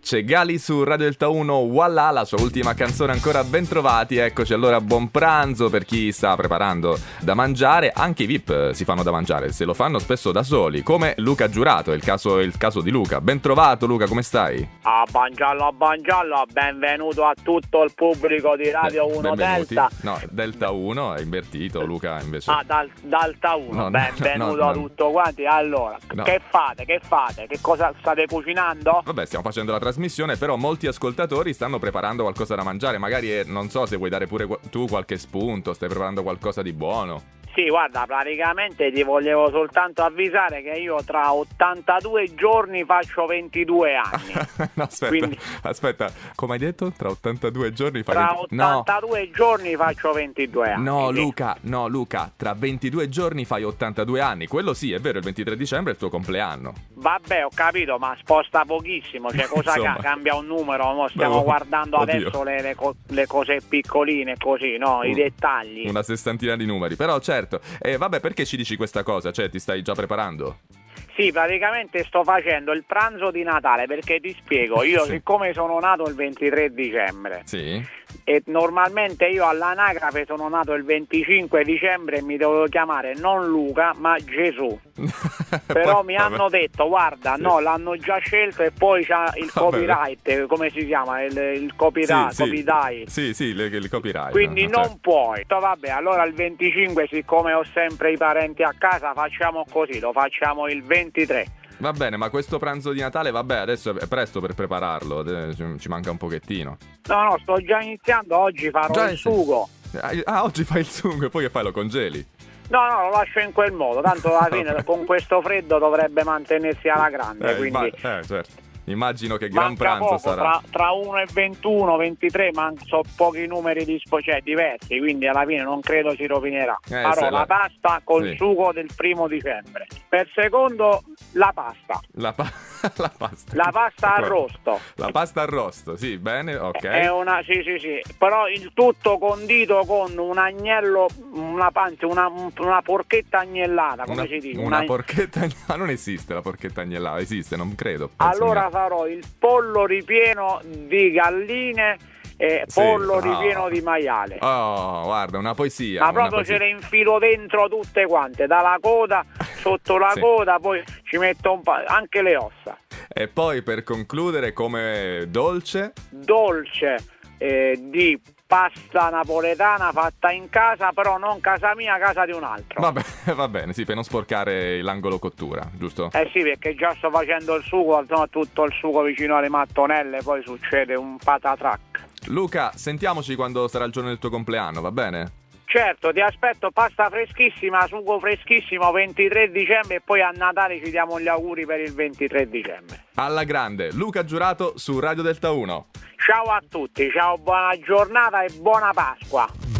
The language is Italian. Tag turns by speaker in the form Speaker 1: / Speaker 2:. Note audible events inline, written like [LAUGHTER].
Speaker 1: Dolce, Gali su Radio Delta 1, Walla, la sua ultima canzone ancora ben trovati. Eccoci allora, buon pranzo per chi sta preparando da mangiare. Anche i VIP eh, si fanno da mangiare, se lo fanno spesso da soli, come Luca Giurato, è il caso, è il caso di Luca. Ben trovato Luca, come stai?
Speaker 2: A Bangiallo, a Bangiallo, benvenuto a tutto il pubblico di Radio
Speaker 1: Beh,
Speaker 2: 1
Speaker 1: benvenuti.
Speaker 2: Delta.
Speaker 1: No, Delta 1 è invertito, Luca invece.
Speaker 2: Ah, dal, Dalta 1,
Speaker 1: No, no,
Speaker 2: benvenuto
Speaker 1: no, no.
Speaker 2: a tutto quanti. Allora,
Speaker 1: No.
Speaker 2: che fate? Che fate? Che cosa state cucinando?
Speaker 1: Vabbè, stiamo facendo la trasmissione, però molti ascoltatori stanno preparando qualcosa da mangiare. Magari, eh, non so se vuoi dare pure qu- tu qualche spunto, stai preparando qualcosa di buono.
Speaker 2: Sì, guarda, praticamente ti volevo soltanto avvisare che io tra 82 giorni faccio
Speaker 1: [LAUGHS]
Speaker 2: 22 anni.
Speaker 1: no, aspetta,
Speaker 2: Quindi-
Speaker 1: aspetta, come hai detto? Tra 82 giorni fai...
Speaker 2: Tra
Speaker 1: 20
Speaker 2: 82 giorni faccio 22
Speaker 1: No,
Speaker 2: anni.
Speaker 1: no,
Speaker 2: sì.
Speaker 1: Luca, no, Luca, tra 22 giorni fai 82 anni. Quello sì, è vero, il 23 dicembre è il tuo compleanno.
Speaker 2: Vabbè, ho capito, ma sposta pochissimo, cioè cosa
Speaker 1: Insomma.
Speaker 2: ca- cambia un numero? Mo stiamo
Speaker 1: Vabbè,
Speaker 2: guardando
Speaker 1: oddio.
Speaker 2: adesso le, le co- le cose piccoline così, no? I
Speaker 1: Un-
Speaker 2: dettagli.
Speaker 1: Una sessantina di numeri, però certo. E vabbè, perché ci dici questa cosa? Cioè, ti stai già preparando?
Speaker 2: Sì, praticamente sto facendo il pranzo di Natale perché ti spiego, io
Speaker 1: Sì.
Speaker 2: siccome sono nato il 23 dicembre
Speaker 1: Sì? [LAUGHS]
Speaker 2: e normalmente io all'anagrafe sono nato il 25 dicembre e mi devo chiamare non Luca ma Gesù, però
Speaker 1: Poi-
Speaker 2: mi
Speaker 1: vabbè.
Speaker 2: hanno detto guarda
Speaker 1: Sì.
Speaker 2: no l'hanno già scelto e poi c'ha il
Speaker 1: Vabbè.
Speaker 2: copyright, come si chiama? Il, il copyright. copyright.
Speaker 1: Sì, sì, le- il copyright.
Speaker 2: Quindi
Speaker 1: no,
Speaker 2: non
Speaker 1: certo.
Speaker 2: puoi. Detto, Vabbè, allora il 25, siccome ho sempre i parenti a casa, facciamo così, lo facciamo il 23.
Speaker 1: Va bene, ma questo pranzo di Natale, vabbè, adesso è presto per prepararlo, eh, ci- ci manca un pochettino.
Speaker 2: No, no, sto già iniziando, oggi farò
Speaker 1: Già
Speaker 2: il
Speaker 1: inizi-
Speaker 2: sugo.
Speaker 1: Ah, ah, oggi fai il sugo e poi che fai? Lo congeli?
Speaker 2: Eh, No, no, lo lascio in quel modo, tanto
Speaker 1: [LAUGHS]
Speaker 2: alla fine con questo freddo dovrebbe mantenersi alla grande,
Speaker 1: Eh,
Speaker 2: quindi
Speaker 1: imma- eh, certo. Immagino che gran
Speaker 2: manca
Speaker 1: pranzo
Speaker 2: poco,
Speaker 1: sarà.
Speaker 2: tra, tra 1 e 21, 23, mancano pochi numeri di spo- cioè diversi, quindi alla fine non credo si rovinerà.
Speaker 1: Eh, se la-
Speaker 2: farò la pasta col
Speaker 1: sì.
Speaker 2: sugo del primo dicembre. Per secondo la pasta.
Speaker 1: La, pa- [LAUGHS] la pasta.
Speaker 2: La pasta Eh,
Speaker 1: Ecco.
Speaker 2: arrosto.
Speaker 1: La pasta arrosto, sì, bene, ok.
Speaker 2: È una, sì, sì, sì, però il tutto condito con un agnello, una panza, una, una porchetta agnellata, come
Speaker 1: una,
Speaker 2: si dice?
Speaker 1: una
Speaker 2: Una-
Speaker 1: porchetta agnellata. [LAUGHS] Non esiste la porchetta agnellata, esiste, non credo. penso
Speaker 2: allora
Speaker 1: neanche.
Speaker 2: farò il pollo ripieno di galline e
Speaker 1: Sì, no.
Speaker 2: pollo ripieno di maiale.
Speaker 1: Oh, guarda, una poesia.
Speaker 2: eh. Ma
Speaker 1: una
Speaker 2: proprio
Speaker 1: poesia.
Speaker 2: ce le infilo dentro tutte quante, dalla coda, sotto la
Speaker 1: Sì.
Speaker 2: coda, poi ci metto un pa- anche le ossa.
Speaker 1: E poi per concludere, come dolce,
Speaker 2: dolce eh, di pasta napoletana fatta in casa, però non casa mia, casa di un altro.
Speaker 1: va, be- [LAUGHS] va bene, sì, per non sporcare l'angolo cottura, giusto?
Speaker 2: Eh sì, perché già sto facendo il sugo, no, tutto il sugo vicino alle mattonelle, poi succede un patatrack.
Speaker 1: Luca, sentiamoci quando sarà il giorno del tuo compleanno, va bene?
Speaker 2: Certo, ti aspetto pasta freschissima, sugo freschissimo 23 dicembre e poi a Natale ci diamo gli auguri per il 23 dicembre.
Speaker 1: Alla grande, Luca Giurato su Radio Delta 1.
Speaker 2: Ciao a tutti, ciao, buona giornata e buona Pasqua.